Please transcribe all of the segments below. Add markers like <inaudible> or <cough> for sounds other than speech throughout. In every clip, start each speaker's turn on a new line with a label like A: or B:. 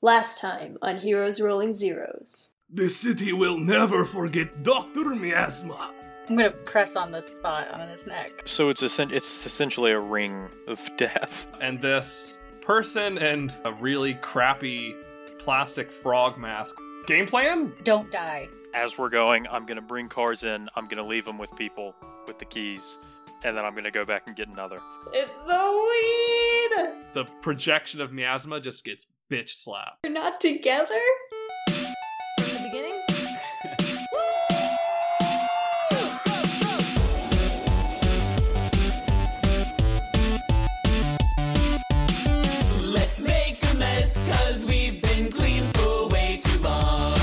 A: Last time on Heroes Rolling Zeros.
B: The city will never forget Dr. Miasma.
C: I'm gonna press on this spot on his neck.
D: So it's essen- it's essentially a ring of <laughs> death.
E: and this person and a really crappy plastic frog mask. Game plan?
C: Don't die.
D: As we're going, I'm gonna bring cars in. I'm gonna leave them with people with the keys, and then I'm gonna go back and get another.
A: It's the lead!
E: The projection of miasma just gets bitch slapped.
A: You're not together? From the beginning?
F: Let's make a mess, cause we've been clean for way too long.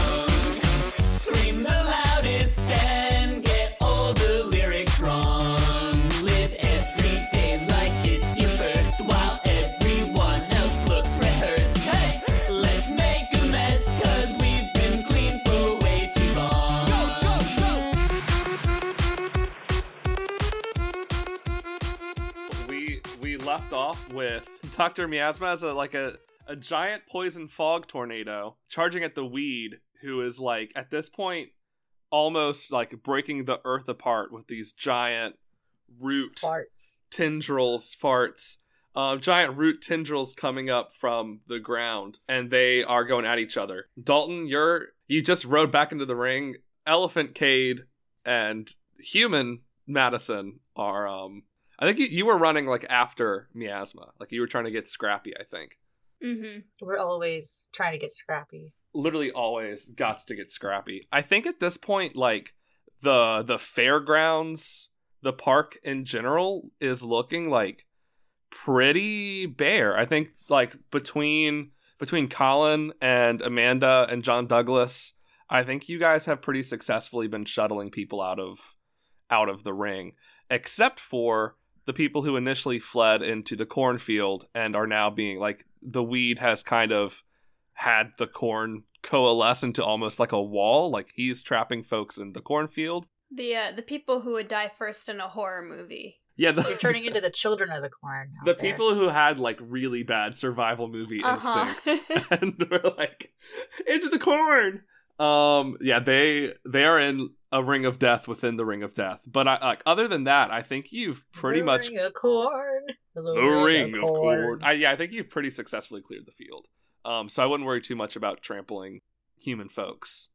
F: Scream the loudest and get all the lyrics wrong. Live every day like it's your first, while everyone else looks rehearsed. Hey! Let's make a mess, cause we've been clean for way too long. Go, go, go!
E: We we left off with <laughs> Dr. Miasma as a like a, a giant poison fog tornado charging at the weed, who is like at this point almost like breaking the earth apart with these giant root
C: Farts.
E: tendrils, farts, uh, giant root tendrils coming up from the ground, and they are going at each other. Dalton, you're you just rode back into the ring. Elephant Cade and human Madison are. um I think you, you were running like after Miasma, like you were trying to get scrappy. I think
A: Mm-hmm.
C: We're always trying to get scrappy.
E: literally always got to get scrappy. I think at this point, like the the fairgrounds, the park in general is looking like pretty bare. I think like between between Colin and Amanda and John Douglas, I think you guys have pretty successfully been shuttling people out of out of the ring, except for the people who initially fled into the cornfield and are now being like the weed has kind of had the corn coalesce into almost like a wall, like he's trapping folks in the cornfield.
A: The uh, the people who would die first in a horror movie.
E: Yeah, the,
C: You're turning into the children of the corn.
E: <laughs>
C: out
E: the
C: there.
E: people who had like really bad survival movie
A: Uh-huh.
C: <laughs>
E: instincts and were like into the corn. Um, yeah, they they are in a ring of death within the ring of death. But I like other than that, I think you've pretty
C: The
E: much
C: ring of corn. The,
E: the ring of corn. I, yeah, I think you've pretty successfully cleared the field. Um, so I wouldn't worry too much about trampling human folks.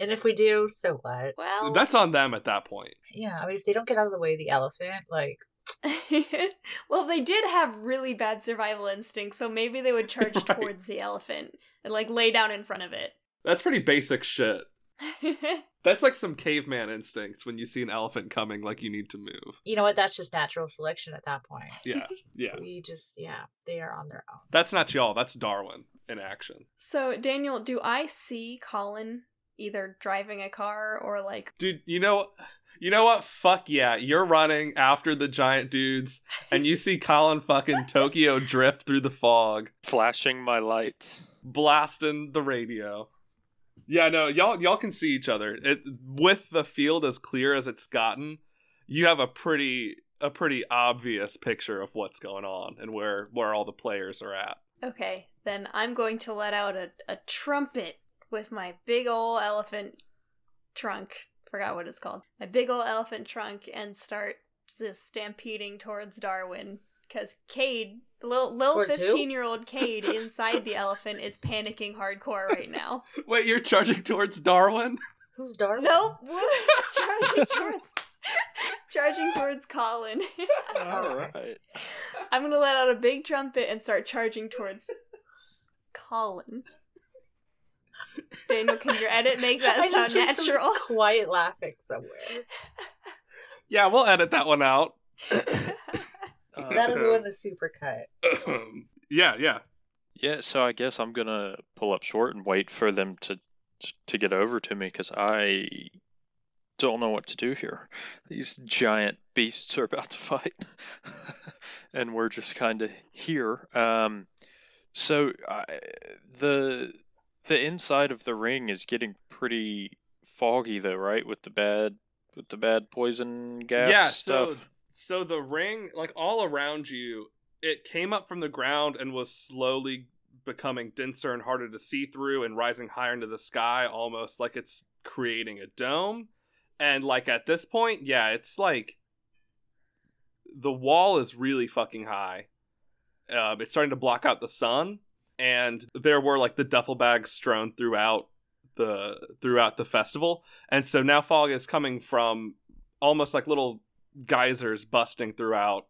C: And if we do, so what?
A: Well,
E: That's on them at that point.
C: Yeah, I mean, if they don't get out of the way, of the elephant, like,
A: <laughs> well, they did have really bad survival instinct, so maybe they would <laughs> charge
E: Right.
A: towards the elephant and like lay down in front of it.
E: That's pretty basic shit. That's like some caveman instincts when you see an elephant coming, like you need to move.
C: you know what? That's just natural selection at that point.
E: Yeah, yeah.
C: We just, yeah, they are on their own.
E: That's not y'all, that's Darwin in action.
A: <laughs> so, Daniel, do I see Colin either driving a car or like
E: Dude, you know you know what? Fuck yeah. You're running after the giant dudes and you see Colin fucking Tokyo drift through the fog,
D: Flashing my lights.
E: blasting the radio. Yeah, no, y'all y'all can see each other. It, with the field as clear as it's gotten, you have a pretty a pretty obvious picture of what's going on and where where all the players are at.
A: Okay, then I'm going to let out a, a trumpet with my big ol' elephant trunk. Forgot what it's called. My big ol' elephant trunk and start just stampeding towards Darwin. Because Cade, little, little
C: Towards who?
A: 15 year old
C: <laughs>
A: Cade inside the elephant is panicking hardcore right now.
E: Wait, you're charging towards Darwin? <laughs>
C: Who's Darwin?
A: Nope!
C: <laughs>
A: <laughs> charging towards. Charging towards Colin. <laughs>
C: All
D: right.
A: I'm gonna let out a big trumpet and start charging towards Colin. Daniel, can your edit make that
C: <laughs> I just
A: sound
C: hear some
A: natural?
C: quiet laughing
E: <laughs>
C: somewhere.
E: Yeah, we'll edit that one out. <laughs>
C: That'll ruin the supercut.
E: yeah, yeah.
D: Yeah, so I guess I'm gonna pull up short and wait for them to to, to get over to me because I don't know what to do here. These giant beasts are about to fight, <laughs> and we're just kind of here. Um, so I, the the inside of the ring is getting pretty foggy, though, right? With the bad with the bad poison gas
E: yeah, so
D: stuff.
E: so the ring like all around you, it came up from the ground and was slowly becoming denser and harder to see through and rising higher into the sky, almost like it's creating a dome. And like at this point, yeah, it's like the wall is really fucking high. Uh, it's starting to block out the sun, and there were like the duffel bags strewn throughout the throughout the festival, and so now fog is coming from almost like little geysers busting throughout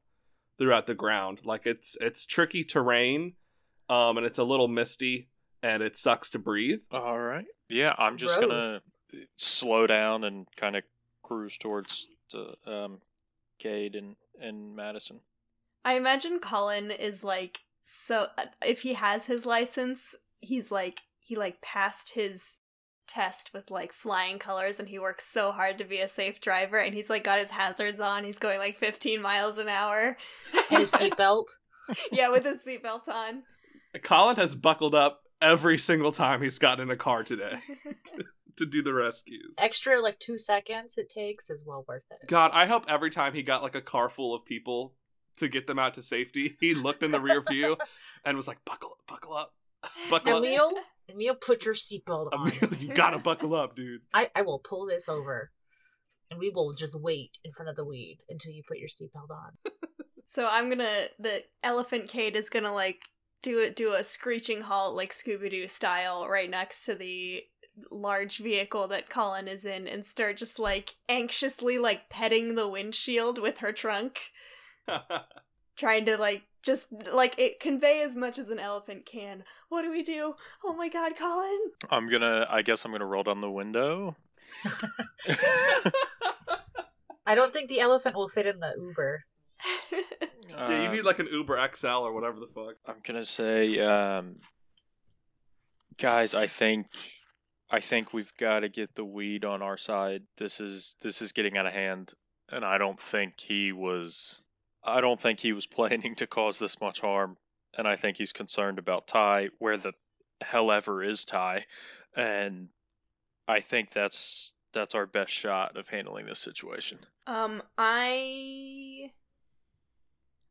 E: throughout the ground. Like it's it's tricky terrain, um, and it's a little misty, and it sucks to breathe.
D: All right. Yeah, I'm just gonna
C: Gross.
D: slow down and kind of cruise towards the um, Cade and and Madison.
A: <laughs> I imagine Colin is like so uh, if he has his license, he's like he like passed his test with like flying colors and he works so hard to be a safe driver and he's like got his hazards on. He's going like 15 miles an hour.
C: And
A: <laughs>
C: a seatbelt.
A: yeah, with his seatbelt on.
E: Colin has buckled up every single time he's gotten in a car today <laughs> to do the rescues.
C: Extra like two seconds it takes is well worth it.
E: God, I hope every time he got like a car full of people to get them out to safety, he looked in the rear view and was like, "Buckle up, buckle up, <laughs> buckle up."
C: Emil, Emil, put your seatbelt on.
E: Emil, you gotta buckle up, dude. <laughs>
C: I, I will pull this over, and we will just wait in front of the weed until you put your seatbelt on.
A: So I'm gonna the elephant Kate is gonna like do it do a screeching halt like Scooby Doo style right next to the large vehicle that Colin is in and start just like anxiously like petting the windshield with her trunk, trying to like just like it convey as much as an elephant can. What do we do? Oh my god, Colin! <laughs>
D: I'm gonna. I guess I'm gonna roll down the window.
C: I don't think the elephant will fit in the Uber.
E: <laughs> yeah, you
D: Um,
E: need like an Uber XL or whatever the fuck. <laughs>
D: I'm gonna say, um, guys, I think, I think we've got to get the weed on our side. This is this is getting out of hand, and I don't think he was, I don't think he was <laughs> planning to cause this much harm, and I think he's concerned about Ty, where the hell ever is Ty, and I think that's that's our best shot of handling this situation.
A: Um, I.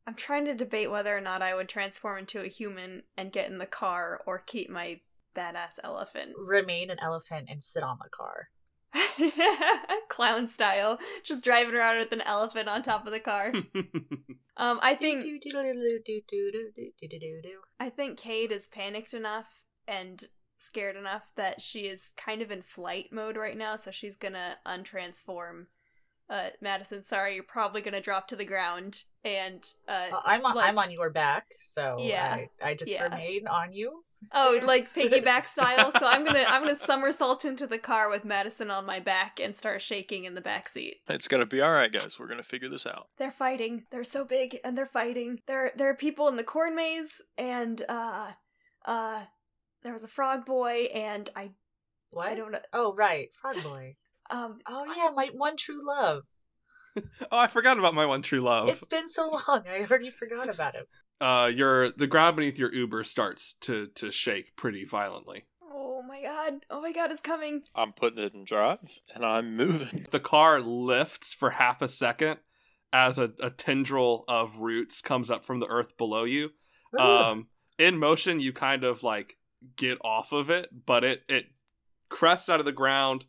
A: I'm trying to debate whether or not I would transform into a human and get in the car or keep my badass elephant. <laughs>
C: Remain an elephant and sit on the car.
A: Clown style. Just driving around with an elephant on top of the car.
E: Hmm.
A: Um, I think
C: Do-do-do-do-do-do-do-do-do-do.
A: I think Cade is panicked enough and scared enough that she is kind of in flight mode right now, so she's gonna untransform. Uh, Madison, sorry, you're probably gonna drop to the ground and uh,
C: Uh, I'm on,
A: like-
C: I'm on your back, so
A: Yeah.
C: I, I just
A: Yeah.
C: remain on you.
A: Oh,
C: Yes.
A: like piggyback style. So I'm gonna I'm gonna <laughs> somersault into the car with Madison on my back and start shaking in the back seat.
D: It's gonna be all right, guys. We're gonna figure this out.
A: They're fighting. They're so big and they're fighting. There there are people in the corn maze and uh uh there was a frog boy and I
C: What?
A: I don't know
C: Oh right,
A: <laughs>
C: frog boy.
A: um
C: Oh yeah, my one true love.
E: Oh, I forgot about my one true love.
C: It's been so <laughs> long, I already forgot about him.
E: Uh, your the ground beneath your Uber starts to to shake pretty violently.
A: oh my god oh my god it's coming
D: I'm putting it in drive, and I'm moving.
E: The car lifts for half a second as a, a tendril of roots comes up from the earth below you.
C: Ooh.
E: Um, in motion, you kind of like get off of it, but it it crests out of the ground,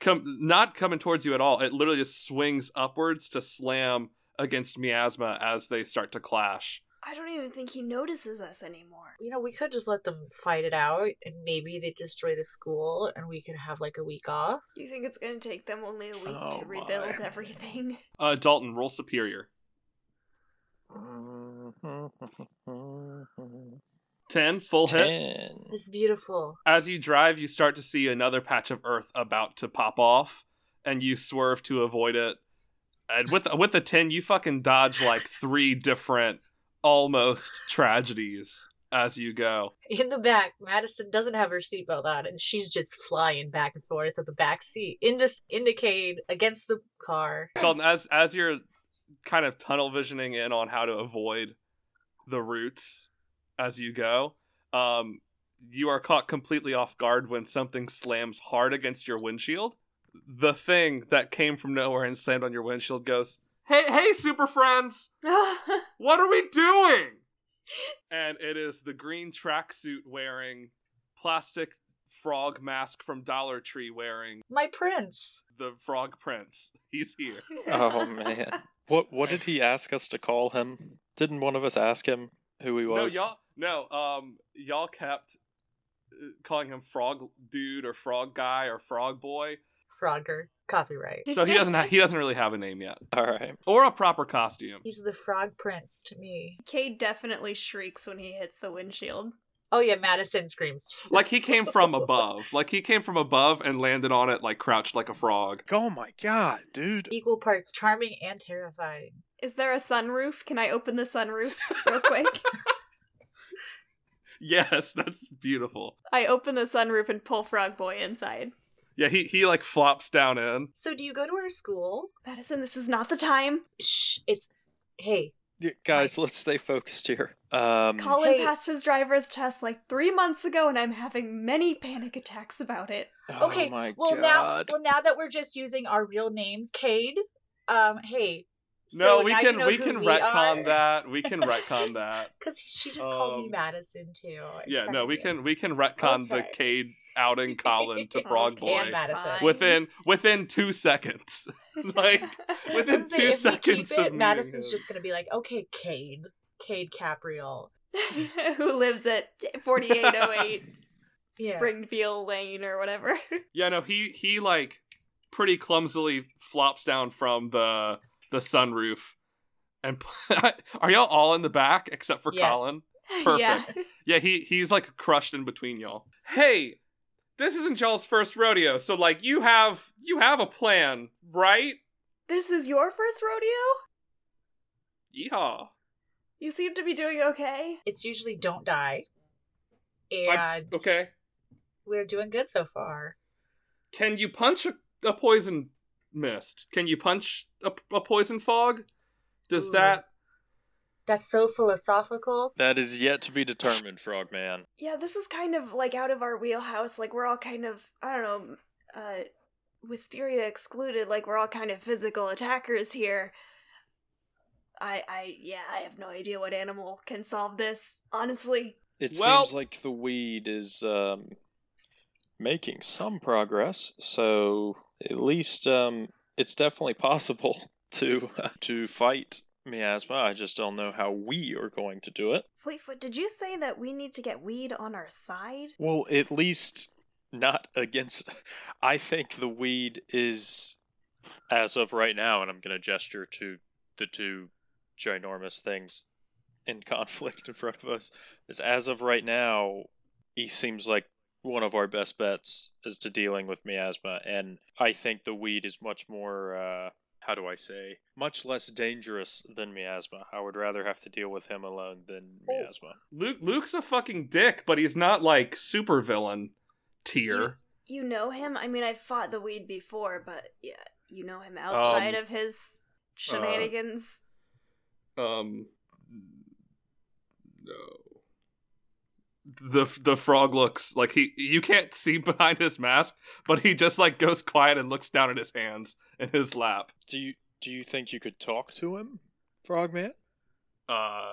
E: come not coming towards you at all. It literally just swings upwards to slam against miasma as they start to clash.
A: I don't even think he notices us anymore.
C: you know, we could just let them fight it out, and maybe they destroy the school, and we could have like a week off.
A: You think it's gonna take them only a week
D: Oh
A: to
D: my.
A: rebuild <laughs> everything?
E: Uh, Dalton, roll superior. Ten, full hit.
D: Ten.
C: It's beautiful. <laughs>
E: As you drive, you start to see another patch of earth about to pop off, and you swerve to avoid it. And with with a ten, you fucking dodge like three different almost tragedies as you go.
C: In the back, Madison doesn't have her seatbelt on, and she's just flying back and forth at the back seat, in this indicate against the car.
E: Dalton, as as you're kind of tunnel visioning in on how to avoid the roots as you go, um, you are caught completely off guard when something slams hard against your windshield. The thing that came from nowhere and slammed
D: Oh,
E: on your windshield goes, "Hey, hey, super friends, what are we doing?" and it is the green tracksuit wearing, plastic frog mask from Dollar Tree wearing
C: My prince.
E: the frog prince. He's here.
D: Oh man. What what did he ask us to call him? Didn't one of us ask him who he was?
E: No, y'all. No, um, y'all kept uh, calling him frog dude or frog guy or frog boy.
C: Frogger. Copyright.
E: So he doesn't. Ha- he doesn't really have a name yet,
D: All right.
E: or a proper costume.
C: He's the frog prince to me.
A: Cade definitely shrieks when he hits the windshield.
C: Oh yeah, Madison screams. too.
E: Like he came from above. Like he came from above and landed on it, like crouched like a frog. <laughs>
D: Oh my god, dude.
C: Equal parts charming and terrifying.
A: Is there a sunroof? Can I open the
E: <laughs>
A: sunroof real quick?
E: Yes, that's beautiful.
A: I open the sunroof and pull Frog Boy inside.
E: Yeah, he he like flops down in.
C: So do you go to our school?
A: Madison, this is not the time.
C: Shh. It's hey.
D: Yeah, Guys, let's stay focused here.
E: Mm.
D: Um
A: Colin
C: Hey.
A: passed his driver's test like three months ago, and I'm having many panic attacks about it.
D: oh
C: Okay.
D: my
C: well now,
D: God.
C: well now that we're just using our real names, Cade. Um. Hey.
E: No,
C: so
E: we
C: now
E: can
C: you know
E: we
C: who
E: can
C: we
E: retcon
C: are.
E: that. We
C: <laughs>
E: can retcon that.
C: Cause she just called me
E: Um,
C: Madison too. in
E: Yeah,
C: front
E: no,
C: of
E: we
C: you. <laughs>
E: can we can retcon the
C: Okay.
E: Cade outing Colin
C: <laughs>
E: to Frog
A: Okay,
E: Boy
C: And Madison.
A: Fine.
E: <laughs> within within two seconds. like <laughs>
C: I'm
E: within
C: saying,
E: two
C: if
E: seconds
C: we keep
E: of
C: it,
E: meeting
C: Madison's
E: him.
C: just gonna be like, okay, Cade, Cade Capriel.
A: <laughs> Who lives at 4808
C: <laughs> Yeah.
A: Springfield Lane or whatever? <laughs>
E: Yeah, no, he he like pretty clumsily flops down from the the sunroof. And <laughs> are y'all all in the back except for
C: Yes.
E: Colin?
A: Yeah.
E: Yeah, he he's like crushed in between y'all. Hey, this isn't y'all's first rodeo, so like you have you have a plan, right?
A: <laughs> This is your first rodeo?
E: Yeehaw.
A: You seem to be doing okay.
C: It's usually don't die,
E: I-
C: and
E: Okay.
C: we're doing good so far.
E: Can you punch a, a poison mist? Can you punch a, a poison fog? Does
C: Ooh.
E: that
C: That's so philosophical.
D: That is yet to be determined, Frogman.
A: Yeah, this is kind of like out of our wheelhouse. Like, we're all kind of, I don't know, uh, Wisteria excluded, like, we're all kind of physical attackers here. I, I, yeah, I have no idea what animal can solve this, honestly.
D: It
E: Well-
D: seems like the weed is um, making some progress, so at least um, it's definitely possible <laughs> to uh, to fight miasma. I just don't know how we are going to do it.
A: Fleetfoot, did you say that we need to get weed on our side?
D: Well, at least not against. <laughs> I think the weed is, as of right now, and I'm going to gesture to the two ginormous things in <laughs> conflict in front of us, is as of right now, he seems like one of our best bets as to dealing with miasma. And I think the weed is much more, uh, how do I say, much less dangerous than miasma. I would rather have to deal with him alone than
C: Oh.
D: miasma.
E: Luke Luke's a fucking dick, but he's not like super villain tier.
A: You know him? I mean, I've fought the weed before, but yeah, you know him outside
E: Um,
A: of his shenanigans.
E: Um no. The the frog looks like he you can't see behind his mask, but he just like goes quiet and looks down at his hands in his lap.
D: Do you do you think you could talk to him, Frogman?
E: Uh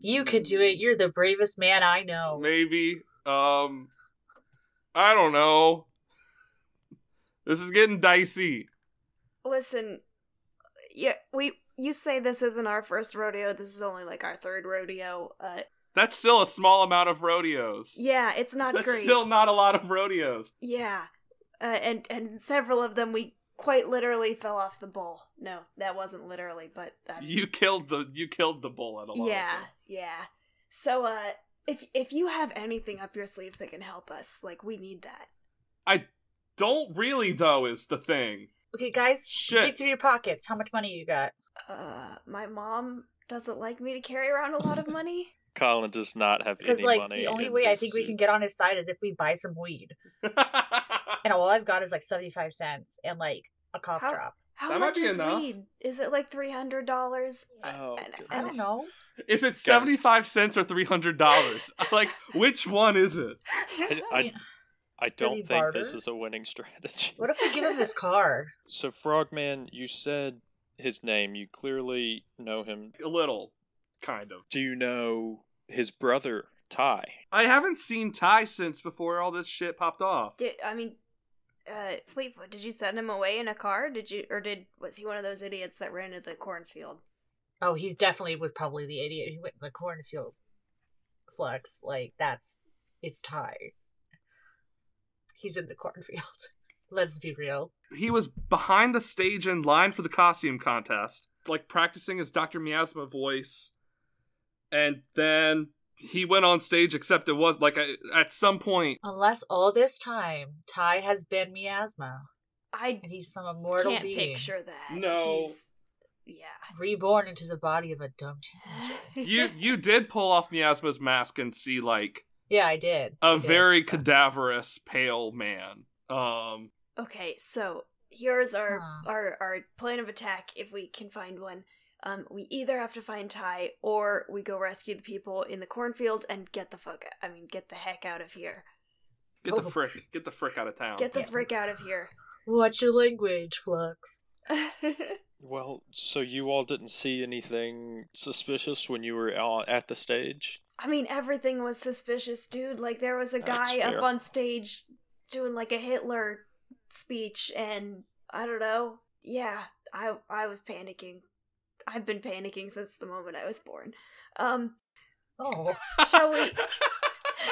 C: You could do
E: Mm.
C: it. You're the bravest man I know.
E: maybe um I don't know. This is getting dicey.
A: Listen, yeah, we you say this isn't our first rodeo. This is only like our third rodeo. Uh,
E: That's still a small amount of rodeos.
A: yeah, it's not
E: That's
A: great.
E: still not a lot of rodeos.
A: Yeah, uh, and and several of them we quite literally fell off the bull. No, that wasn't literally, but uh,
E: You killed the you killed the bull at a lot. of
A: yeah,
E: them.
A: yeah. So, uh, if if you have anything up your sleeve that can help us, like we need that.
E: I don't really though is the thing.
C: Okay, guys, dig
E: Shit.
C: through your pockets. How much money you got?
A: Uh, my mom doesn't like me to carry around a lot of money.
D: Colin does not have
C: Because
D: any
C: like
D: money.
C: the only
D: in
C: way I
D: this
C: think we can
D: suit.
C: get on his side is if we buy some weed.
E: that
C: And all I've got is like seventy five cents and like a cough
A: How-
C: drop.
A: How
E: That might
A: much
E: be
A: is
E: enough.
A: weed? Is it like three hundred dollars?
D: Oh,
C: I don't
D: goodness.
C: know.
E: <laughs> is it seventy five cents or three hundred dollars? <laughs> like which one is it?
A: <laughs>
D: I, I, I
C: Does he
D: don't think this
C: barter?
D: is a winning <laughs> strategy.
C: What if we give him this car?
D: So Frogman, you said his name. You clearly know him.
E: A little, kind of.
D: Do you know his brother, Ty?
E: I haven't seen Ty since before all this shit popped off.
A: Did I mean uh Fleetfoot, did you send him away in a car? Did you or did was he one of those idiots that ran into the cornfield?
C: Oh, he's definitely was probably the idiot who went in the cornfield. Flux, like that's it's Ty. He's in the cornfield. <laughs> Let's be real.
E: He was behind the stage in line for the costume contest, like practicing his Dr. Miasma voice. And then he went on stage, except it was like I, at some point.
C: Unless all this time Ty has been miasma
A: I
C: and he's some immortal
A: can't
C: being
A: picture that.
E: No.
A: He's- yeah.
C: reborn into the body of a dumb
A: <sighs> <laughs>
E: <laughs>
C: teenager.
E: You you did pull off Miasma's mask and see like
C: Yeah, I did.
E: a
C: I did.
E: very
C: So-
E: cadaverous pale man. Um
A: Okay, so here's our
C: Huh.
A: our our plan of attack if we can find one. Um, we either have to find Ty or we go rescue the people in the cornfield and get the fuck. I mean, get the heck out of here.
E: get the
C: Oh.
E: frick get the frick out of town.
A: Get the
C: Yeah.
A: frick out of here. <laughs>
C: Watch your language, Flux.
D: Well, so you all didn't see anything suspicious when you were all at the stage?
A: I mean, everything was suspicious, dude. Like there was a
D: That's
A: guy up
D: fair.
A: on stage doing like a Hitler speech, and I don't know. Yeah, I I was panicking. I've been panicking since the moment I was born. Um,
C: Oh.
A: shall we?
E: <laughs>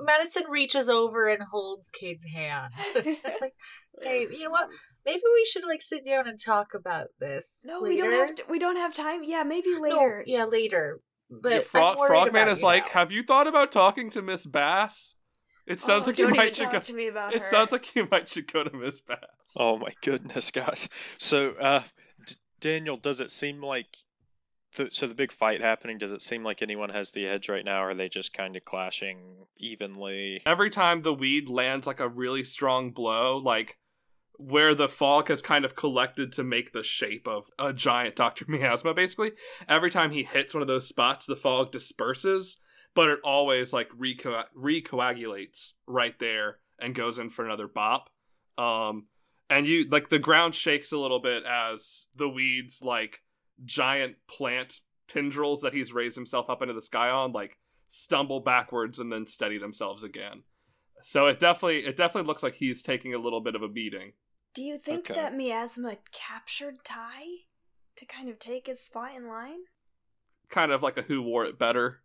C: Madison reaches over and holds
A: <laughs>
C: Kate's hand. <laughs> like, hey, you know what? Maybe we should like sit down and talk about this.
A: No, we don't have to, we don't have time. Yeah, maybe later.
C: No, yeah, later.
E: Your
C: But
E: fro-
C: I'm worried
E: Frogman
C: about
E: is
C: you
E: like,
C: now.
E: have you thought about talking to Miss Bass? It
A: Oh,
E: sounds like you
A: don't
E: might
A: even
E: should
A: talk
E: go.
A: to me about
E: It
A: her.
E: sounds like you might should go to Miss Bass.
D: Oh my goodness, guys. So, uh, D- Daniel, does it seem like th- so the big fight happening? Does it seem like anyone has the edge right now? Or are they just kind of clashing evenly?
E: Every time the weed lands like a really strong blow, like where the fog has kind of collected to make the shape of a giant Dr. <laughs> Miasma, basically, every time he hits one of those spots, the fog disperses, but it always like reco- recoagulates right there and goes in for another bop. Um, and you like the ground shakes a little bit as the weeds like giant plant tendrils that he's raised himself up into the sky on like stumble backwards and then steady themselves again. So it definitely it definitely looks like he's taking a little bit of a beating.
A: Do you think
D: Okay.
A: that miasma captured Ty to kind of take his spot in line?
E: Kind of like a who wore it better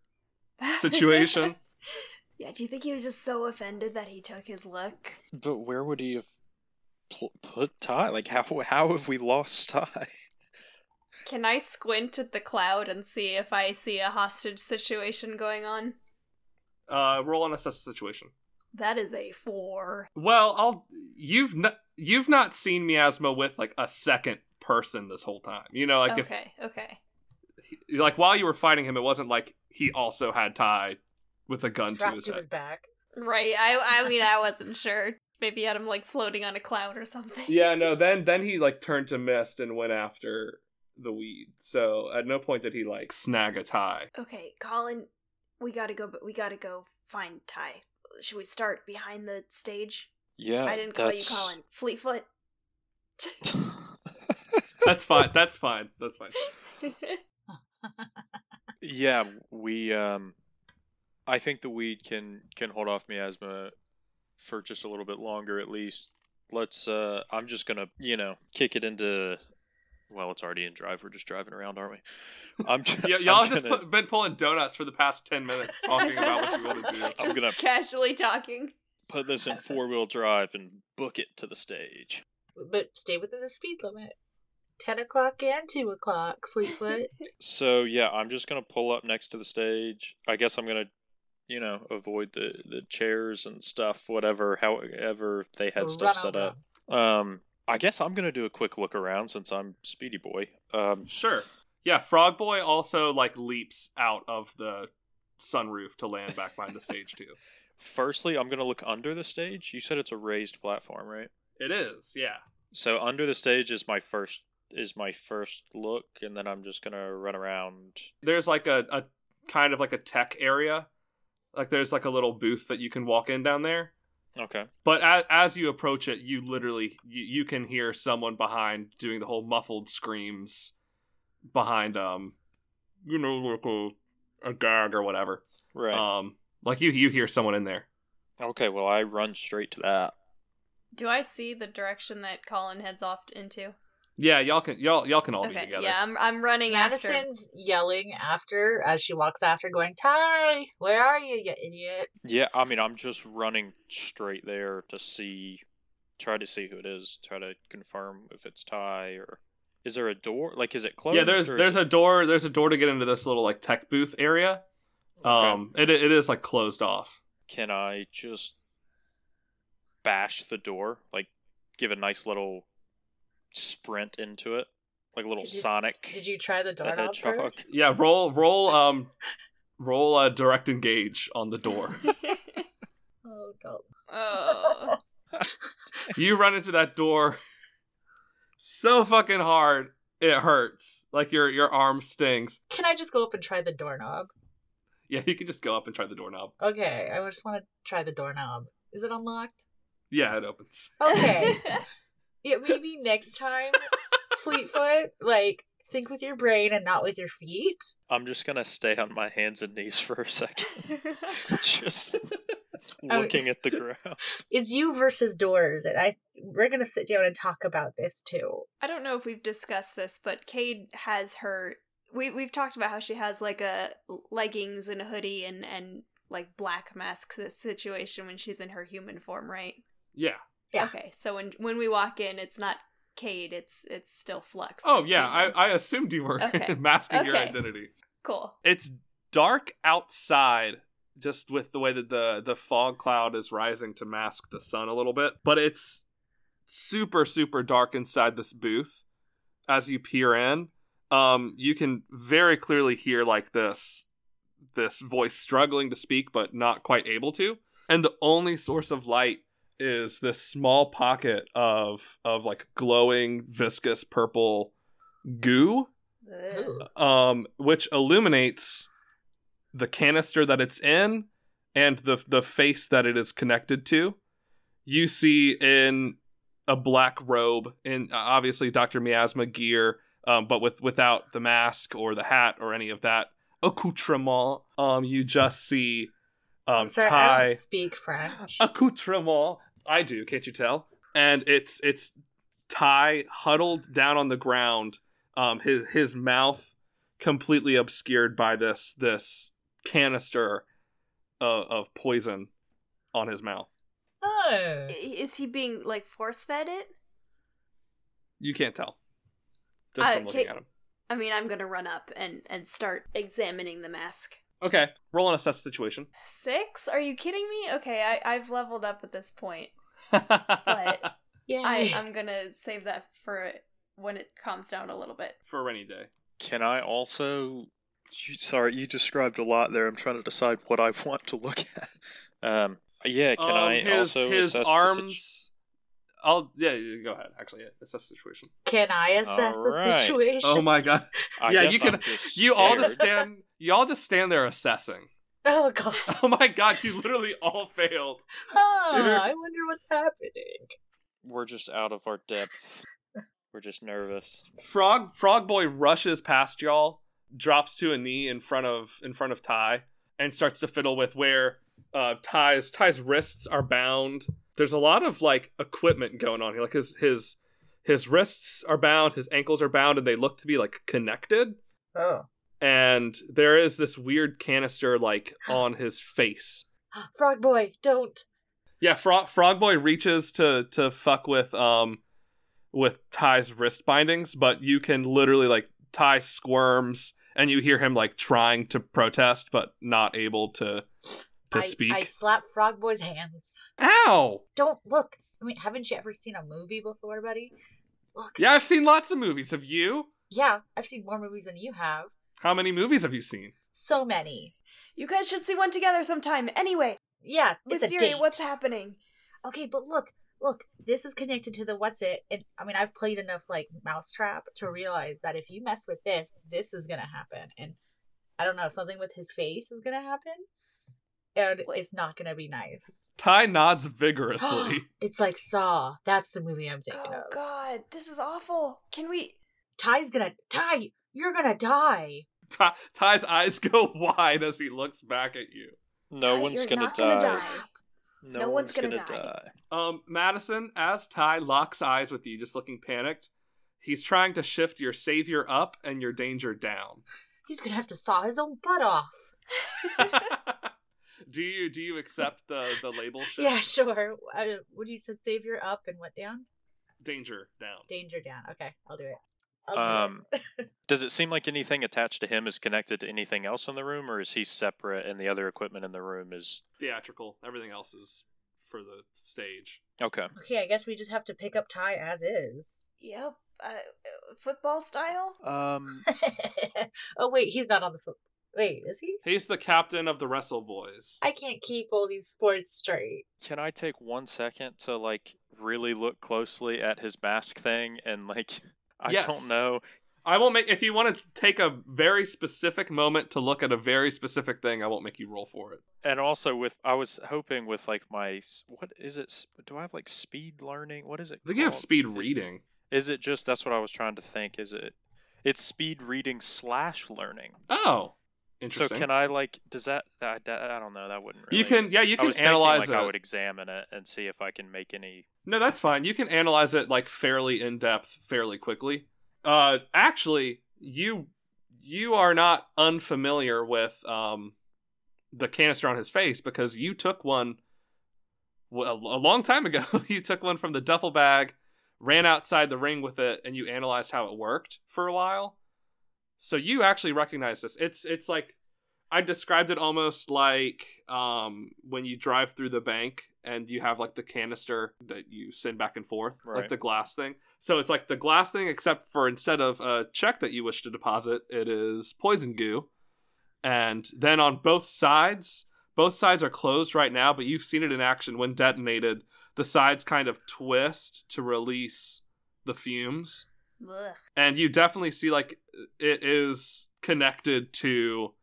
E: situation.
A: <laughs> yeah. Do you think he was just so offended that he took his look?
D: But where would he have pl- put Ty? Like, how how have we lost Ty?
A: Can I squint at the cloud and see if I see a hostage situation going on?
E: uh roll on assess the situation.
A: That is a four.
E: Well, I'll you've not you've not seen Miasma with like a second person this whole time. You know, like if
A: okay. Okay.
E: like while you were fighting him, it wasn't like he also had Ty with a gun to
C: Strapped
E: his head.
C: back.
A: Right. I. I mean, I wasn't sure. Maybe he had him like floating on a cloud or something.
E: Yeah, no. Then then he like turned to mist and went after the weed. So at no point did he like snag a tie.
A: Okay, Colin, we gotta go. But we gotta go find Ty. Should we start behind the stage?
D: Yeah,
A: I didn't call
D: Oh, that's-
A: you Colin.
D: <laughs>
A: Fleetfoot. <laughs>
E: That's fine. That's fine. That's fine.
D: yeah, we. Um, I think the weed can can hold off miasma for just a little bit longer, at least. Let's. Uh, I'm just gonna, you know, kick it into. Well, it's already in drive. We're just driving around, aren't we?
E: <laughs>
D: I'm. <laughs> j-
E: Y-
D: I'm
E: y'all have just
D: gonna-
E: put, been pulling donuts for the past ten minutes talking about what you want to do.
D: <laughs>
A: Just
D: I'm gonna-
A: casually talking.
D: put this in four wheel drive and book it to the stage.
C: But stay within the speed limit. 10 o'clock and 2 o'clock, Fleetfoot.
A: <laughs>
D: So yeah, I'm just gonna pull up next to the stage. I guess I'm gonna, you know, avoid the the chairs and stuff, whatever, however they had
C: Run
D: stuff set
C: over.
D: up. Um, I guess I'm gonna do a quick look around since I'm Speedy Boy. Um,
E: Sure. Yeah. Frog Boy also like leaps out of the sunroof to land back behind the stage
D: <laughs>
E: too.
D: firstly, I'm gonna look under the stage. You said it's a raised platform, right?
E: It is. Yeah.
D: So under the stage is my first is my first look, and then I'm just gonna run around.
E: there's like a, a kind of like a tech area like there's like a little booth that you can walk in down there
D: Okay.
E: But as, as you approach it, you literally you, you can hear someone behind doing the whole muffled screams behind um you know like a, a gag or whatever.
D: Right.
E: Um like you you hear someone in there.
D: okay. Well, I run straight to that.
A: Do I see the direction that Colin heads off into?
E: Yeah, y'all can y'all y'all can all be
A: okay,
E: together.
A: yeah, I'm I'm running after.
C: Madison's yelling after as she walks after, going, Ty, where are you, you idiot?
D: Yeah. I mean, I'm just running straight there to see, try to see who it is, try to confirm if it's Ty or is there a door? Like, is it closed?
E: yeah, there's
D: or is
E: there's
D: it-
E: a door there's a door to get into this little like tech booth area. Um it it is like closed off.
D: Can I just bash the door? Like, give a nice little sprint into it, like a little
C: Did you-
D: Sonic.
C: Did you try the doorknob
D: hedgehog.
C: first?
E: Yeah, roll roll um roll uh, direct engage on the
D: <laughs>
E: door.
C: Oh, no.
A: Oh,
E: you run into that door so fucking hard it hurts like your your arm stings
C: Can I just go up and try the doorknob?
E: yeah you can just go up and try the doorknob
C: Okay, I just want to try the doorknob. Is it unlocked?
E: yeah it opens
C: <laughs> Okay. yeah, maybe next time, Fleetfoot, like, think with your brain and not with your feet.
D: I'm just gonna stay on my hands and knees for
C: <laughs>
D: a second, just looking at the ground.
C: It's you versus doors, and I we're gonna sit down and talk about this too.
A: <laughs> I don't know if we've discussed this, but Cade has her. We we've talked about how she has like a leggings and a hoodie and and like black mask this situation when she's in her human form, right?
E: yeah
C: Yeah.
A: Okay, so when when we walk in, it's not Cade, it's it's still Flux.
E: oh
A: just
E: yeah i
A: human.
E: i assumed you were
A: Okay.
E: <laughs> masking your
A: Okay.
E: identity
A: cool.
E: it's dark outside just with the way that the the fog cloud is rising to mask the sun a little bit but it's super super dark inside this booth as you peer in um you can very clearly hear like this this voice struggling to speak but not quite able to and the only source of light is this small pocket of of like glowing viscous purple goo
A: Ugh.
E: um, which illuminates the canister that it's in and the the face that it is connected to. You see in a black robe, in uh, obviously Doctor Miasma gear, um, but with without the mask or the hat or any of that accoutrement. Um, you just see um,
C: I'm sorry, I
E: Ty
C: don't speak French.
E: <laughs> accoutrement. I do, can't you tell? And it's it's Ty huddled down on the ground, um, his his mouth completely obscured by this this canister of, of poison on his mouth.
C: Oh.
A: I- Is he being like force fed it?
E: You can't tell just
A: Uh,
E: from looking
A: Kate-
E: at him.
A: I mean, I'm gonna run up and and start examining the mask.
E: Okay, roll and assess the situation.
A: Six? Are you kidding me? Okay, I I've leveled up at this point.
E: But
C: Yay.
A: I uh, I'm gonna save that for when it calms down a little bit.
E: <laughs> For a rainy day.
D: Can I also? You, sorry, you described a lot there. I'm trying to decide what I want to look at. Um, yeah. Can
E: Um,
D: I
E: his,
D: also
E: his
D: assess the situ-
E: arms? I'll yeah. you Go ahead. Actually, yeah, assess the situation.
C: Can I assess the
D: Alright.
C: situation?
E: Oh my god.
D: I
E: Yeah,
D: guess
E: you can-
D: I'm just
E: You all just
D: scared.
E: stand. You all just stand there assessing. <laughs>
C: <laughs> Oh god.
E: Oh my god, you literally all failed.
C: Oh, I wonder what's happening.
D: We're just out of our <laughs> depth. We're just nervous.
E: Frog Frog Boy rushes past y'all, drops to a knee in front of in front of Ty, and starts to fiddle with where uh, Ty's Ty's wrists are bound. There's a lot of like equipment going on here. Like his his his wrists are bound, his ankles are bound, and they look to be like connected.
C: Oh.
E: And there is this weird canister like on his face.
C: Frog boy, don't.
E: Yeah, Frog Frog Boy reaches to to fuck with um with Ty's wrist bindings, but you can literally like Ty squirms and you hear him like trying to protest but not able to to
C: I,
E: speak.
C: I slap Frog Boy's hands.
E: Ow!
C: Don't look. I mean, haven't you ever seen a movie before, buddy? Look.
E: Yeah, I've seen lots of movies. Have you?
C: Yeah, I've seen more movies than you have.
E: How many movies have you seen?
C: So many.
A: You guys should see one together sometime. Anyway,
C: Yeah, it's a
A: Mysterio,
C: date.
A: what's happening?
C: okay, but look, look, this is connected to the what's it. And I mean, I've played enough like mousetrap to realize that if you mess with this, this is gonna happen. And I don't know, something with his face is gonna happen. and it's not gonna be nice.
E: Ty nods
C: <gasps>
E: vigorously.
C: it's like Saw. That's the movie I'm thinking
A: Oh
C: of.
A: god, this is awful. Can we
C: Ty's gonna Ty. You're gonna die.
E: Ty, Ty's eyes go <laughs> wide as he looks back at you.
D: No
A: Ty,
D: one's
A: you're
D: gonna
A: not
D: die.
A: gonna die.
D: No,
A: No one's
D: one's, gonna,
A: gonna
D: die.
E: Um, Madison, as Ty locks eyes with you, just looking panicked, he's trying to shift your savior up and your danger <laughs> down.
C: He's gonna have to saw his own butt off.
E: do you do you accept the the label shift?
C: Yeah, <laughs> sure. Uh, what do you said? Savior up and what down?
E: Danger down.
C: Danger down. Okay, I'll do it. I'll do
D: <laughs> Um, does it seem like anything attached to him is connected to anything else in the room, or is he separate and the other equipment in the room is
E: Theatrical. Everything else is for the stage.
D: okay?
C: it. Okay, I guess we just have to pick up Ty as is. <laughs>
A: Yep. Uh, football style?
D: <laughs> Um,
C: oh wait, he's not on the foot. Wait, is he?
E: He's the captain of the Wrestle Boys.
C: I can't keep all these sports straight.
D: can I take one second to like really look closely at his mask thing and like <laughs> I
E: Yes.
D: don't know.
E: I won't make if you want to take a very specific moment to look at a very specific thing. I won't make you roll for it.
D: And also with I was hoping with like my s- what is it? s- Do I have like speed learning? What is it?
E: I think you have
D: called?
E: speed
D: Is-
E: reading.
D: Is it just that's what I was trying to think? Is it? It's speed reading slash learning.
E: Oh,
D: So
E: interesting.
D: can I like? Does that? I, I don't know. That wouldn't. Really,
E: You can yeah you
D: I
E: can
D: was thinking,
E: analyze
D: like
E: it.
D: I would examine it and see if I can make any.
E: No, that's fine. You can analyze it like fairly in depth, fairly quickly. Uh, actually, you you are not unfamiliar with um the canister on his face because you took one well, a long time ago. <laughs> you took one from the duffel bag, ran outside the ring with it, and you analyzed how it worked for a while. So you actually recognize this. It's it's like I described it almost like um, when you drive through the bank and you have like the canister that you send back and forth,
D: Right.
E: like the glass thing. So it's like the glass thing, except for instead of a check that you wish to deposit, it is poison goo. And then on both sides, both sides are closed right now, but you've seen it in action when detonated. The sides kind of twist to release the fumes
A: Ugh.
E: and you definitely see like it is connected to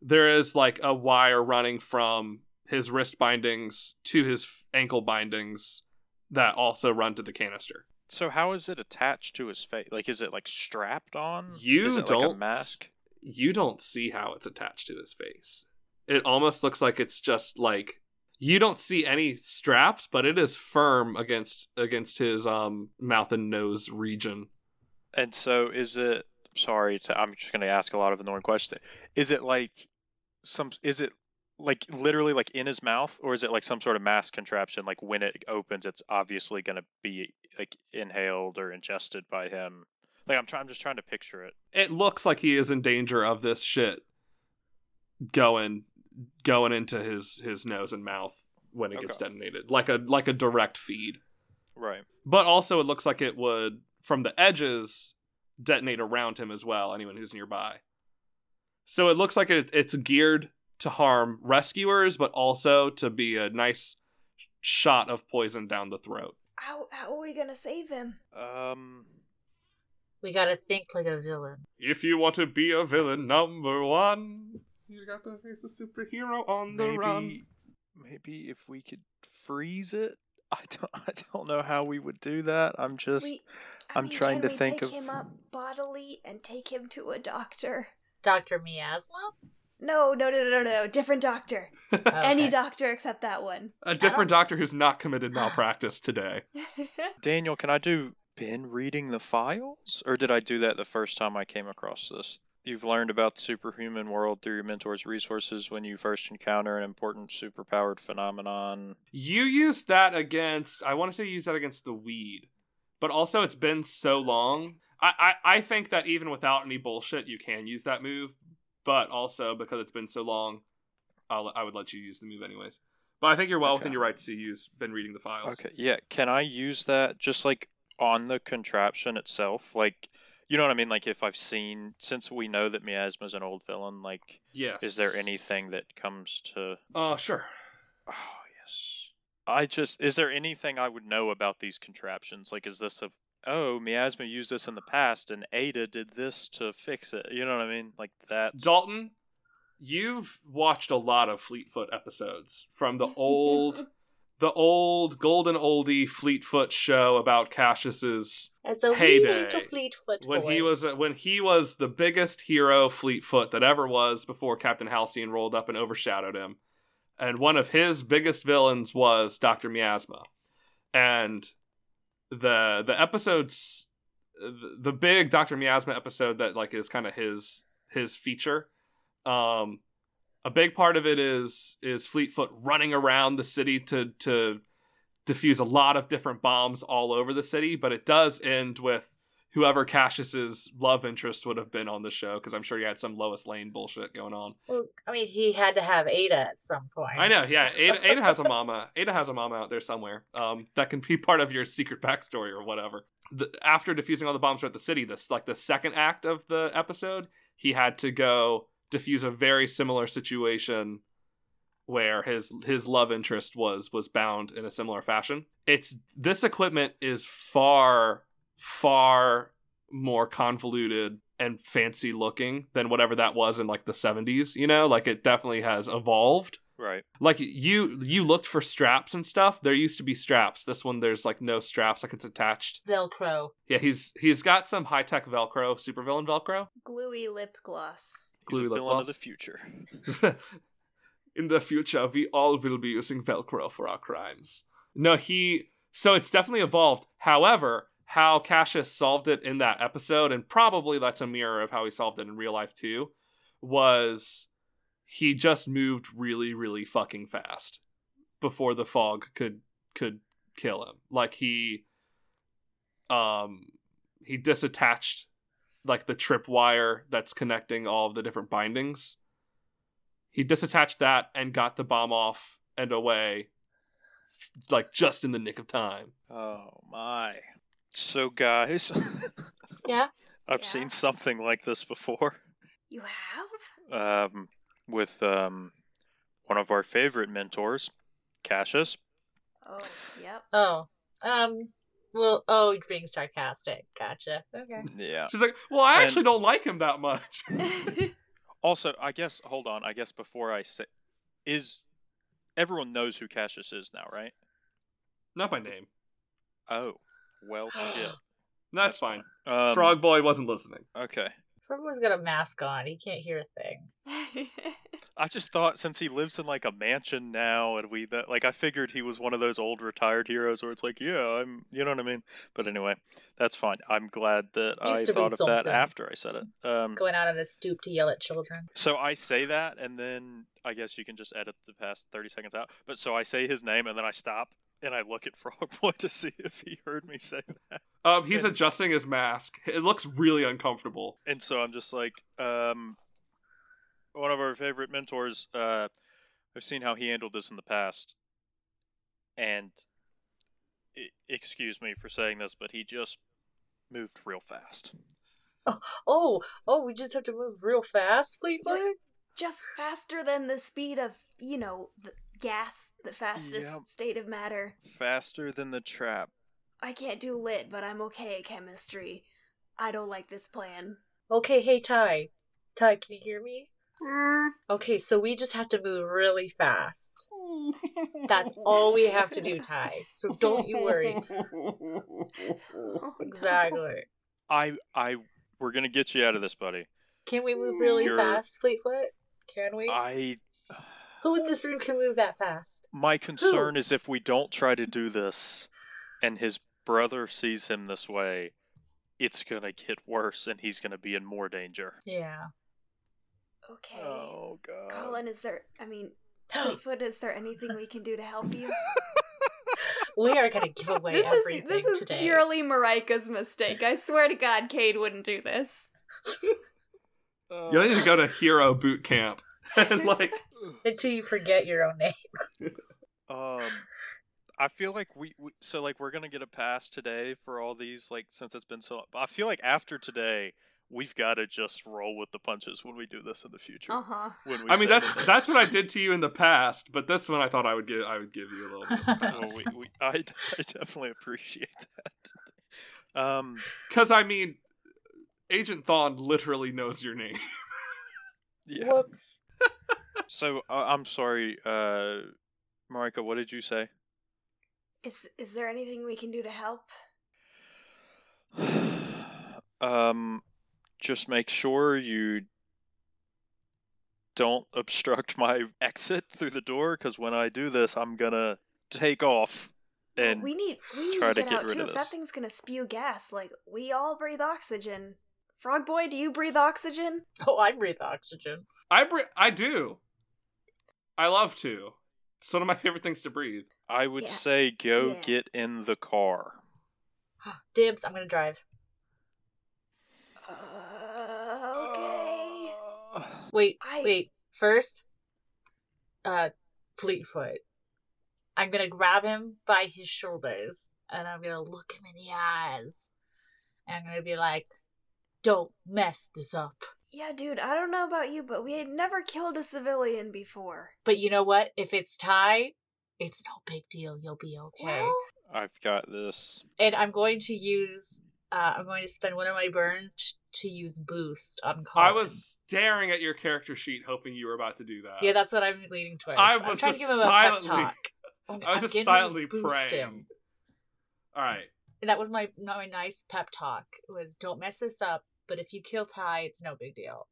E: there is like a wire running from his wrist bindings to his f- ankle bindings that also run to the canister
D: So how is it attached to his face? Like, is it like strapped on?
E: You
D: is it like a
E: don't-
D: mask.
E: you don't see how it's attached to his face it almost looks like it's just like you don't see any straps but it is firm against against his um mouth and nose region
D: And so is it? Sorry, to, I'm just going to ask a lot of annoying questions. Is it like some? Is it like literally like in his mouth, or is it like some sort of mask contraption? Like when it opens, it's obviously going to be like inhaled or ingested by him. Like I'm trying. I'm just trying to picture it.
E: it looks like he is in danger of this shit going going into his his nose and mouth when it gets
D: Okay.
E: detonated like a like a direct feed
D: Right.
E: but also it looks like it would from the edges detonate around him as well anyone who's nearby so it looks like it, it's geared to harm rescuers but also to be a nice shot of poison down the throat
A: How how are we gonna save him?
D: Um.
C: We gotta think like a villain.
E: if you want to be a villain number one you got to face a superhero on the run
D: maybe maybe if we could freeze it i don't <laughs> i don't know how we would do that i'm just
A: We,
D: I'm trying
A: can
D: to
A: we
D: think
A: pick
D: of-
A: him up bodily and take him to a doctor.
C: Doctor
E: <laughs>
C: Miasma.
A: No, no, no, no, no, no. different doctor. Any doctor except that one. <laughs>
E: A different doctor who's not committed malpractice today.
D: daniel can i do been reading the files or did i do that the first time i came across this you've learned about the superhuman world through your mentor's resources when you first encounter an important superpowered phenomenon
E: You used that against I want to say you used that against the weed. But also it's been so long. I, I, I think that even without any bullshit you can use that move, but also because it's been so long, I'll, I would let you use the move anyways. But I think you're well within
D: Okay.
E: your rights to use been reading the files.
D: okay yeah can i use that just like on the contraption itself like you know what i mean like if i've seen since we know that miasma's an old villain like
E: Yes.
D: is there anything that comes to
E: Uh sure.
D: Oh yes. I just is there anything I would know about these contraptions? Like is this a oh, miasma used this in the past and Ada did this to fix it. You know what I mean? Like that
E: Dalton, you've watched a lot of Fleetfoot episodes from the old, the old golden oldie Fleetfoot show about Cassius's
C: As a wee
E: Heyday.
C: little Fleetfoot
E: when
C: boy.
E: he was uh, when he was the biggest hero Fleetfoot that ever was before Captain Halcyon rolled up and overshadowed him. And one of his biggest villains was Dr. Miasma. And the the episodes the, the big Dr. Miasma episode that like is kind of his his feature um a big part of it is is Fleetfoot running around the city to to diffuse a lot of different bombs all over the city, but it does end with whoever Cassius's love interest would have been on the show because I'm sure he had some Lois Lane bullshit going on.
C: Well, I mean, he had to have Ada at some point.
E: I know, yeah. Ada,
C: <laughs>
E: Ada has a mama. Ada has a mama out there somewhere. Um, that can be part of your secret backstory or whatever. The, after defusing all the bombs throughout the city, this like the second act of the episode, he had to go defuse a very similar situation where his his love interest was was bound in a similar fashion. It's this equipment is far far more convoluted and fancy looking than whatever that was in like the 70s, you know? Like it definitely has evolved
D: Right.
E: like you you looked for straps and stuff there used to be straps this one there's like no straps like it's attached
C: Velcro.
E: yeah he's he's got some high-tech velcro supervillain velcro
A: Gluey lip gloss.
D: He's
E: Glue
D: a
E: lip
D: villain
E: gloss.
D: of the future.
E: <laughs> in the future we all will be using velcro for our crimes no he so it's definitely evolved however how cassius solved it in that episode and probably that's a mirror of how he solved it in real life too was he just moved really really fucking fast before the fog could could kill him like he um he disattached like the trip wire that's connecting all of the different bindings he disattached that and got the bomb off and away f- like just in the nick of time
D: Oh my. So guys, <laughs>
C: Yeah.
D: I've
A: Yeah.
D: seen something like this before.
A: You have?
D: um, with um, one of our favorite mentors, Cassius.
A: Oh, yep. <laughs>
C: Oh. Um. Well. Oh, you're being sarcastic. Gotcha. Okay.
D: Yeah.
E: she's like well i
D: And-
E: actually don't like him that much <laughs>
D: Also, I guess hold on. I guess before I say, is everyone knows who Cassius is now, right?
E: not by name
D: Oh, well,
C: <gasps>
D: shit.
E: No, that's fine
D: Um,
E: frog boy wasn't listening
D: Okay.
C: Everyone's got a mask on. He can't hear a thing.
D: I just thought since he lives in like a mansion now, and we that, like I figured he was one of those old retired heroes where it's like, yeah, I'm, you know what I mean. But anyway, that's fine. I'm glad that
C: Used
D: I
C: to be
D: thought of that
C: something.
D: after I said it. Um,
C: Going out on a stoop to yell at children.
D: So I say that, and then I guess you can just edit the past 30 seconds out. But so I say his name, and then I stop, and I look at <laughs> Frogboy to see if he heard me say that.
E: um he's
D: and-
E: adjusting his mask it looks really uncomfortable
D: And so I'm just like, um, one of our favorite mentors, uh, I've seen how he handled this in the past. And i- excuse me for saying this, but he just moved real fast.
C: Oh. Oh. We just have to move real fast, Fleetfoot.
A: Just faster than the speed of, you know, the gas, the fastest
D: Yep.
A: state of matter.
D: Faster than the trap.
A: I can't do lit, but I'm okay at chemistry. I don't like this plan.
D: <laughs>
C: Okay. Hey, Ty. Ty, can you hear me? Okay. So we just have to move really fast. That's all we have to do, Ty. So don't you worry.
A: Oh, no.
C: Exactly.
D: I, I, we're gonna get you out of this, buddy.
C: Can we move really
D: You're-
C: fast, Fleetfoot? Can we?
D: I
C: Who in this room can move that fast?
D: My concern is if we don't try to do this and his brother sees him this way, it's going to get worse and he's going to be in more danger. <gasps>
C: Yeah. <gasps>
A: Okay.
D: Oh, God.
A: Colin, is there, I mean, Fleetfoot, is there anything we can do to help you?
C: We are gonna <laughs> give away
A: this is
C: everything
A: this is
C: today.
A: purely Marika's mistake. I swear to God, Cade wouldn't do this.
D: Uh,
E: you need to go to hero boot
D: <laughs>
E: camp and <laughs> like
C: Until you forget your own <laughs> name.
D: Um, I feel like we, we so like we're going to get a pass today for all these, like, since it's been so long. But I feel like after today, we've got to just roll with the punches when we do this in the future.
A: Uh huh.
D: When we
E: i mean
D: say
E: that's
D: this.
E: that's what i did to you in the past but this one i thought i would give i would give you a little bit of <laughs>
D: <laughs>
C: Oh,
E: pass.
D: Well, we, we, I, I definitely appreciate that. <laughs> Um,
E: Because I mean, Agent Thawne literally knows your name.
D: yeah.
C: Whoops.
D: So I I'm sorry, uh, Marika. What did you say?
A: Is is there anything we can do to help?
D: <sighs> um, just make sure you don't obstruct <laughs> my exit through the door, because when I do this, I'm gonna take off. And
A: we need we need
D: try
A: to
D: to
A: get,
D: get
A: out
D: rid
A: too.
D: of
A: If
D: this.
A: that thing's gonna spew gas, like we all breathe oxygen. Frog boy, do you breathe oxygen?
C: Oh, I breathe oxygen.
E: I bre- I do. I love to. It's one of my favorite things to breathe.
D: I would
A: Yeah.
D: say go
A: Yeah.
D: get in the car.
C: Dibs, I'm gonna drive.
A: Uh, okay.
C: Wait,
A: I-
C: wait. First, uh, Fleetfoot. I'm gonna grab him by his shoulders and I'm gonna look him in the eyes. And I'm gonna be like, don't mess this up.
A: Yeah, dude, I don't know about you, but we had never killed a civilian before.
C: But you know what? If it's tie, it's no big deal. You'll be okay.
A: Well,
D: I've got this.
C: and I'm going to use. Uh, I'm going to spend one of my burns t- to use boost on Colin.
E: I was staring at your character sheet, hoping you were about to do that.
C: Yeah, that's what I'm leaning towards.
E: I
C: I'm
E: was
C: trying
E: just
C: to give him a
E: silently-
C: pep
E: <laughs>
C: talk. I'm-
E: I was
C: I'm
E: just
C: giving him-
E: silently
C: boost
E: praying.
C: him.
E: All right.
C: And that was my not my nice pep talk. Was don't mess this up. But if you kill Ty, it's no big deal.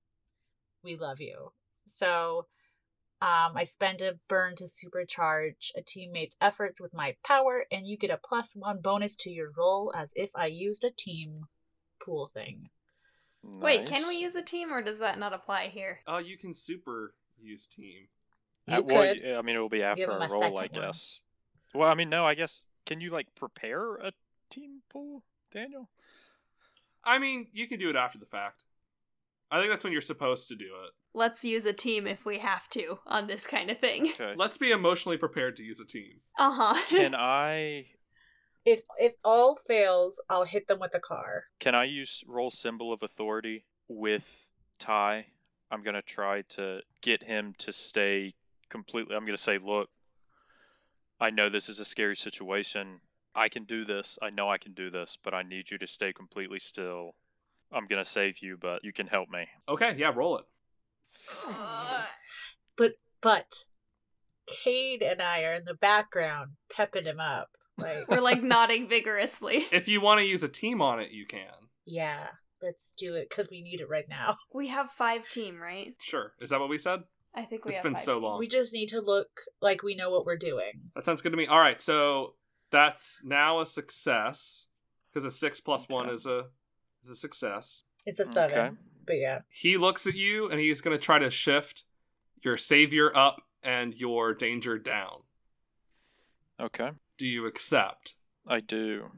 C: We love you. So, um, I spend a burn to supercharge a teammate's efforts with my power, and you get a plus one bonus to your roll as if I used a team pool thing.
A: wait, can
D: Nice.
A: we use a team or does that not apply here?
E: Oh, you can super use team.
C: You
D: Uh, well,
C: could.
D: yeah, I mean, it'll be after
C: him
D: a
C: a
D: roll, I
C: second one.
D: guess. Well, I mean, no, I guess. Can you like prepare a team pool,
A: <laughs>
D: Daniel?
E: I mean, you can do it after the fact. I think that's when you're supposed to do it.
A: Let's use a team if we have to on this kind of thing.
D: Okay.
E: Let's be emotionally prepared to use a team.
A: Uh huh.
D: can I
C: If if all fails, I'll hit them with a car.
D: can I use roll symbol of authority with Ty? I'm gonna try to get him to stay completely. I'm gonna say, look, I know this is a scary situation. I can do this. I know I can do this, but I need you to stay completely still. I'm gonna save you, but you can help me.
E: Okay, yeah, roll it.
A: <laughs>
C: But but Cade and I are in the background pepping him up. Like,
A: We're like nodding vigorously. <laughs>
E: If you want to use a team on it, you can.
C: yeah, let's do it because we need it right now.
A: We have five team, right?
E: Sure. Is that what we said?
A: I think we
E: It's
A: have
E: been
A: five
E: so
A: team.
E: long.
C: We just need to look like we know what we're doing.
E: That sounds good to me. All right, so that's now a success because a six plus one
D: Okay.
E: is a is a success.
C: It's a seven,
D: Okay.
C: but yeah,
E: He looks at you and he's going to try to shift your savior up and your danger down.
D: Okay,
E: Do you accept?
D: I do.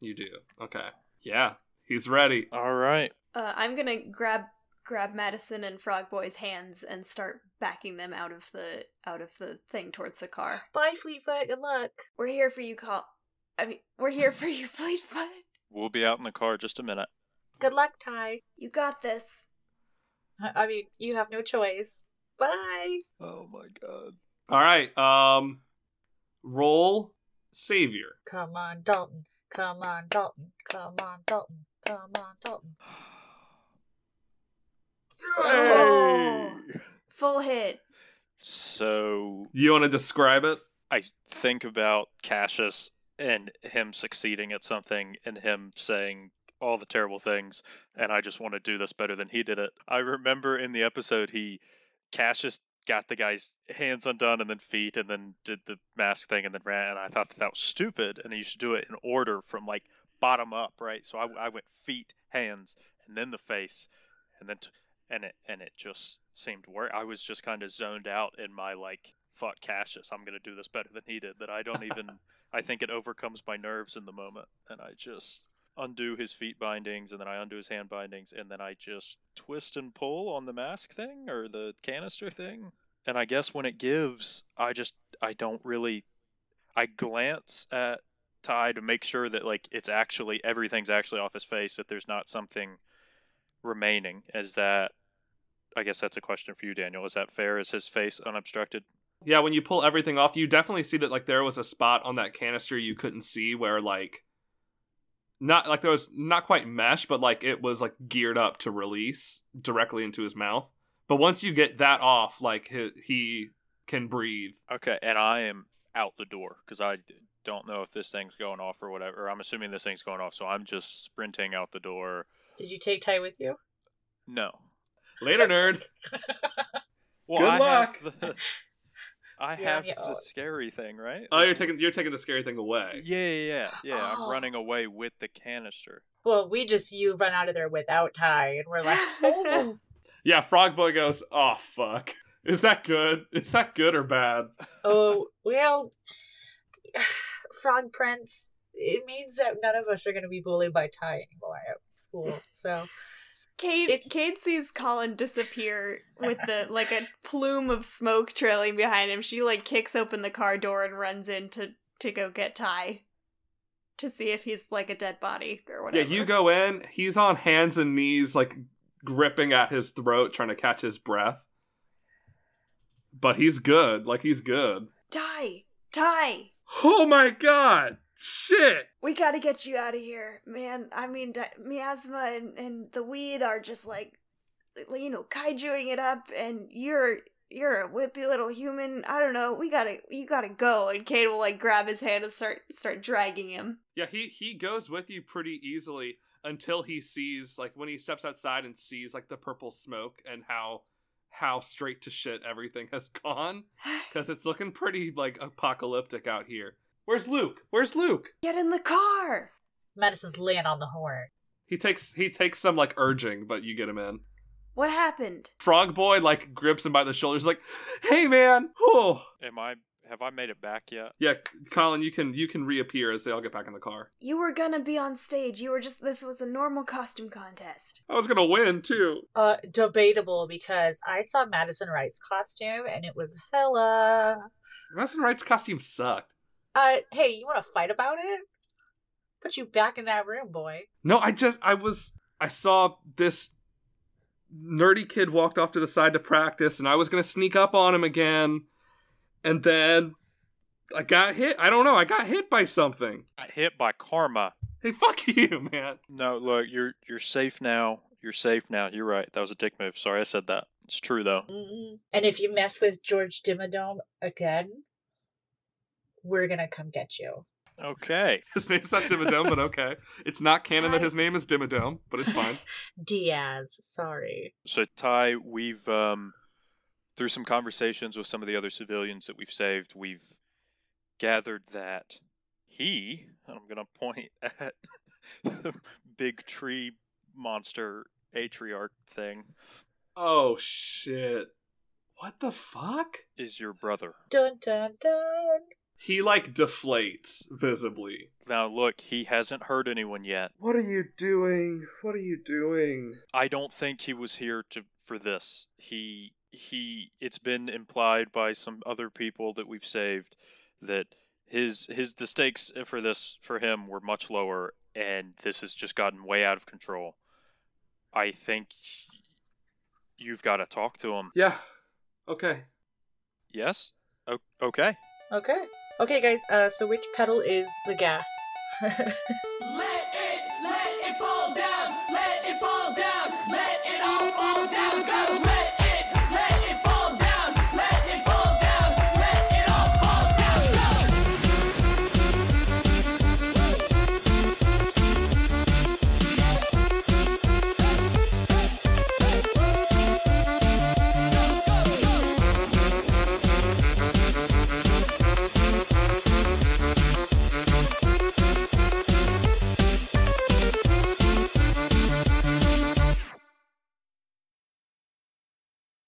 E: You do. Okay. Yeah, he's ready.
D: All right.
A: Uh, I'm gonna grab grab Madison and Frog Boy's hands and start backing them out of the out of the thing towards the car.
C: bye Fleetfoot. Good luck.
A: We're here for you, Col. I mean, we're here for <laughs> you, Fleetfoot.
D: We'll be out in the car just a minute.
C: Good luck, Ty.
A: You got this.
C: I I mean, you have no choice. Bye.
D: Oh my god.
E: All right. Um roll savior.
C: Come on, Dalton. Come on, Dalton. Come on, Dalton. Come on, Dalton.
A: Oh. Full hit.
D: So
E: You want to describe it?
D: I think about Cassius and him succeeding at something and him saying all the terrible things and I just want to do this better than he did it. I remember in the episode he Cassius got the guy's hands undone and then feet and then did the mask thing and then ran and I thought that, that was stupid and you should do it in order from like bottom up, right? So I, I went feet, hands, and then the face and then t- and it and it just seemed work. I was just kind of zoned out in my like fuck Cassius. I'm gonna do this better than he did. That I don't even. I think it overcomes my nerves in the moment, and I just undo his feet bindings, and then I undo his hand bindings, and then I just twist and pull on the mask thing or the canister thing. And I guess when it gives, I just I don't really. I glance at Ty to make sure that like it's actually everything's actually off his face. That there's not something remaining is that i guess that's a question for you daniel is that fair is his face unobstructed
E: Yeah, when you pull everything off, you definitely see that like there was a spot on that canister you couldn't see where like not like there was not quite mesh, but like it was like geared up to release directly into his mouth. But once you get that off, like he, he can breathe.
D: Okay, and I am out the door because I d- don't know if this thing's going off or whatever. I'm assuming this thing's going off, so I'm just sprinting out the door.
C: Did you take Ty with you?
D: No.
E: Later, nerd.
D: Well,
E: Good
D: I
E: luck.
D: Have the, <laughs> I
C: You're on
D: have
C: your
D: the
C: own.
D: scary thing, right?
E: Oh, you're taking you're taking the scary thing away.
D: Yeah, yeah, yeah. yeah,
C: Oh.
D: I'm running away with the canister.
C: Well, we just you run out of there without Ty, and
A: <laughs>
C: we're like, oh,
E: Yeah, Frog Boy goes, oh fuck. Is that good? Is that good or bad?
C: oh well, <sighs> Frog Prince. It means that none of us are going to be bullied by Ty anymore at school. So
A: Cade,
C: It's-
A: Cade sees Colin disappear with the like a plume of smoke trailing behind him. She like kicks open the car door and runs in to to go get Ty to see if he's like a dead body or
E: Yeah,
A: whatever.
E: you go in. He's on hands and knees, like gripping at his throat, trying to catch his breath. But he's good. Like he's good.
A: Ty, Ty,
E: Oh my god! Shit!
A: we gotta get you out of here, man. I mean, di- miasma and and the weed are just like you know kaijuing it up, and you're. You're a whippy little human. I don't know. We gotta, you gotta go. And Cade will like grab his hand and start, start dragging him. <sighs>
E: Yeah, he he goes with you pretty easily until he sees like when he steps outside and sees like the purple smoke and how how straight to shit everything has <laughs> gone because it's looking pretty like apocalyptic out here. Where's Luke? Where's Luke?
A: Get in the car.
C: Madison's laying on the horn.
E: He takes he takes some like urging, but you get him in.
A: What happened?
E: Frog boy like grips him by the shoulders, like, "Hey man, oh
D: Am I? Have I made it back yet?
E: yeah, Colin, you can you can reappear as they all get back in the car.
A: You were gonna be on stage. You were just. This was a normal costume contest.
E: I was gonna win too.
C: Uh, debatable because I saw Madison Wright's costume and it was hella.
E: Madison Wright's costume sucked.
C: Uh, hey, you want to fight about it? Put you back in that room, boy.
E: No, I just I was I saw this nerdy kid walked off to the side to practice and I was going to sneak up on him again and then I got hit. I don't know. I got hit by something.
D: Got hit by karma.
E: Hey, fuck <laughs> you, man.
D: No, look, you're you're safe now. You're safe now. You're right. That was a dick move. Sorry, I said that. It's true though.
C: Mm-mm. Mm-hmm. And if you mess with George Dimmadome again, we're gonna come get you.
D: Okay.
E: His name's not Dimmadome, but okay. It's not canon that his name is Dimmadome, but it's fine.
C: Diaz, sorry.
D: So Ty, we've um, through some conversations with some of the other civilians that we've saved, we've gathered that he, and I'm gonna point <laughs> at the big tree monster atriarch thing,
E: Oh shit. What the fuck?
D: is your brother.
C: Dun dun dun.
E: He like deflates visibly.
D: Now look, he hasn't hurt anyone yet.
E: What are you doing? What are you doing?
D: I don't think he was here to for this. He he it's been implied by some other people that we've saved that his his the stakes eh, for this for him were much lower and this has just gotten way out of control. I think you've got to talk to him.
E: Yeah. Okay.
D: Yes? O- okay.
C: Okay. Okay guys, uh so which pedal is the gas?
F: Let's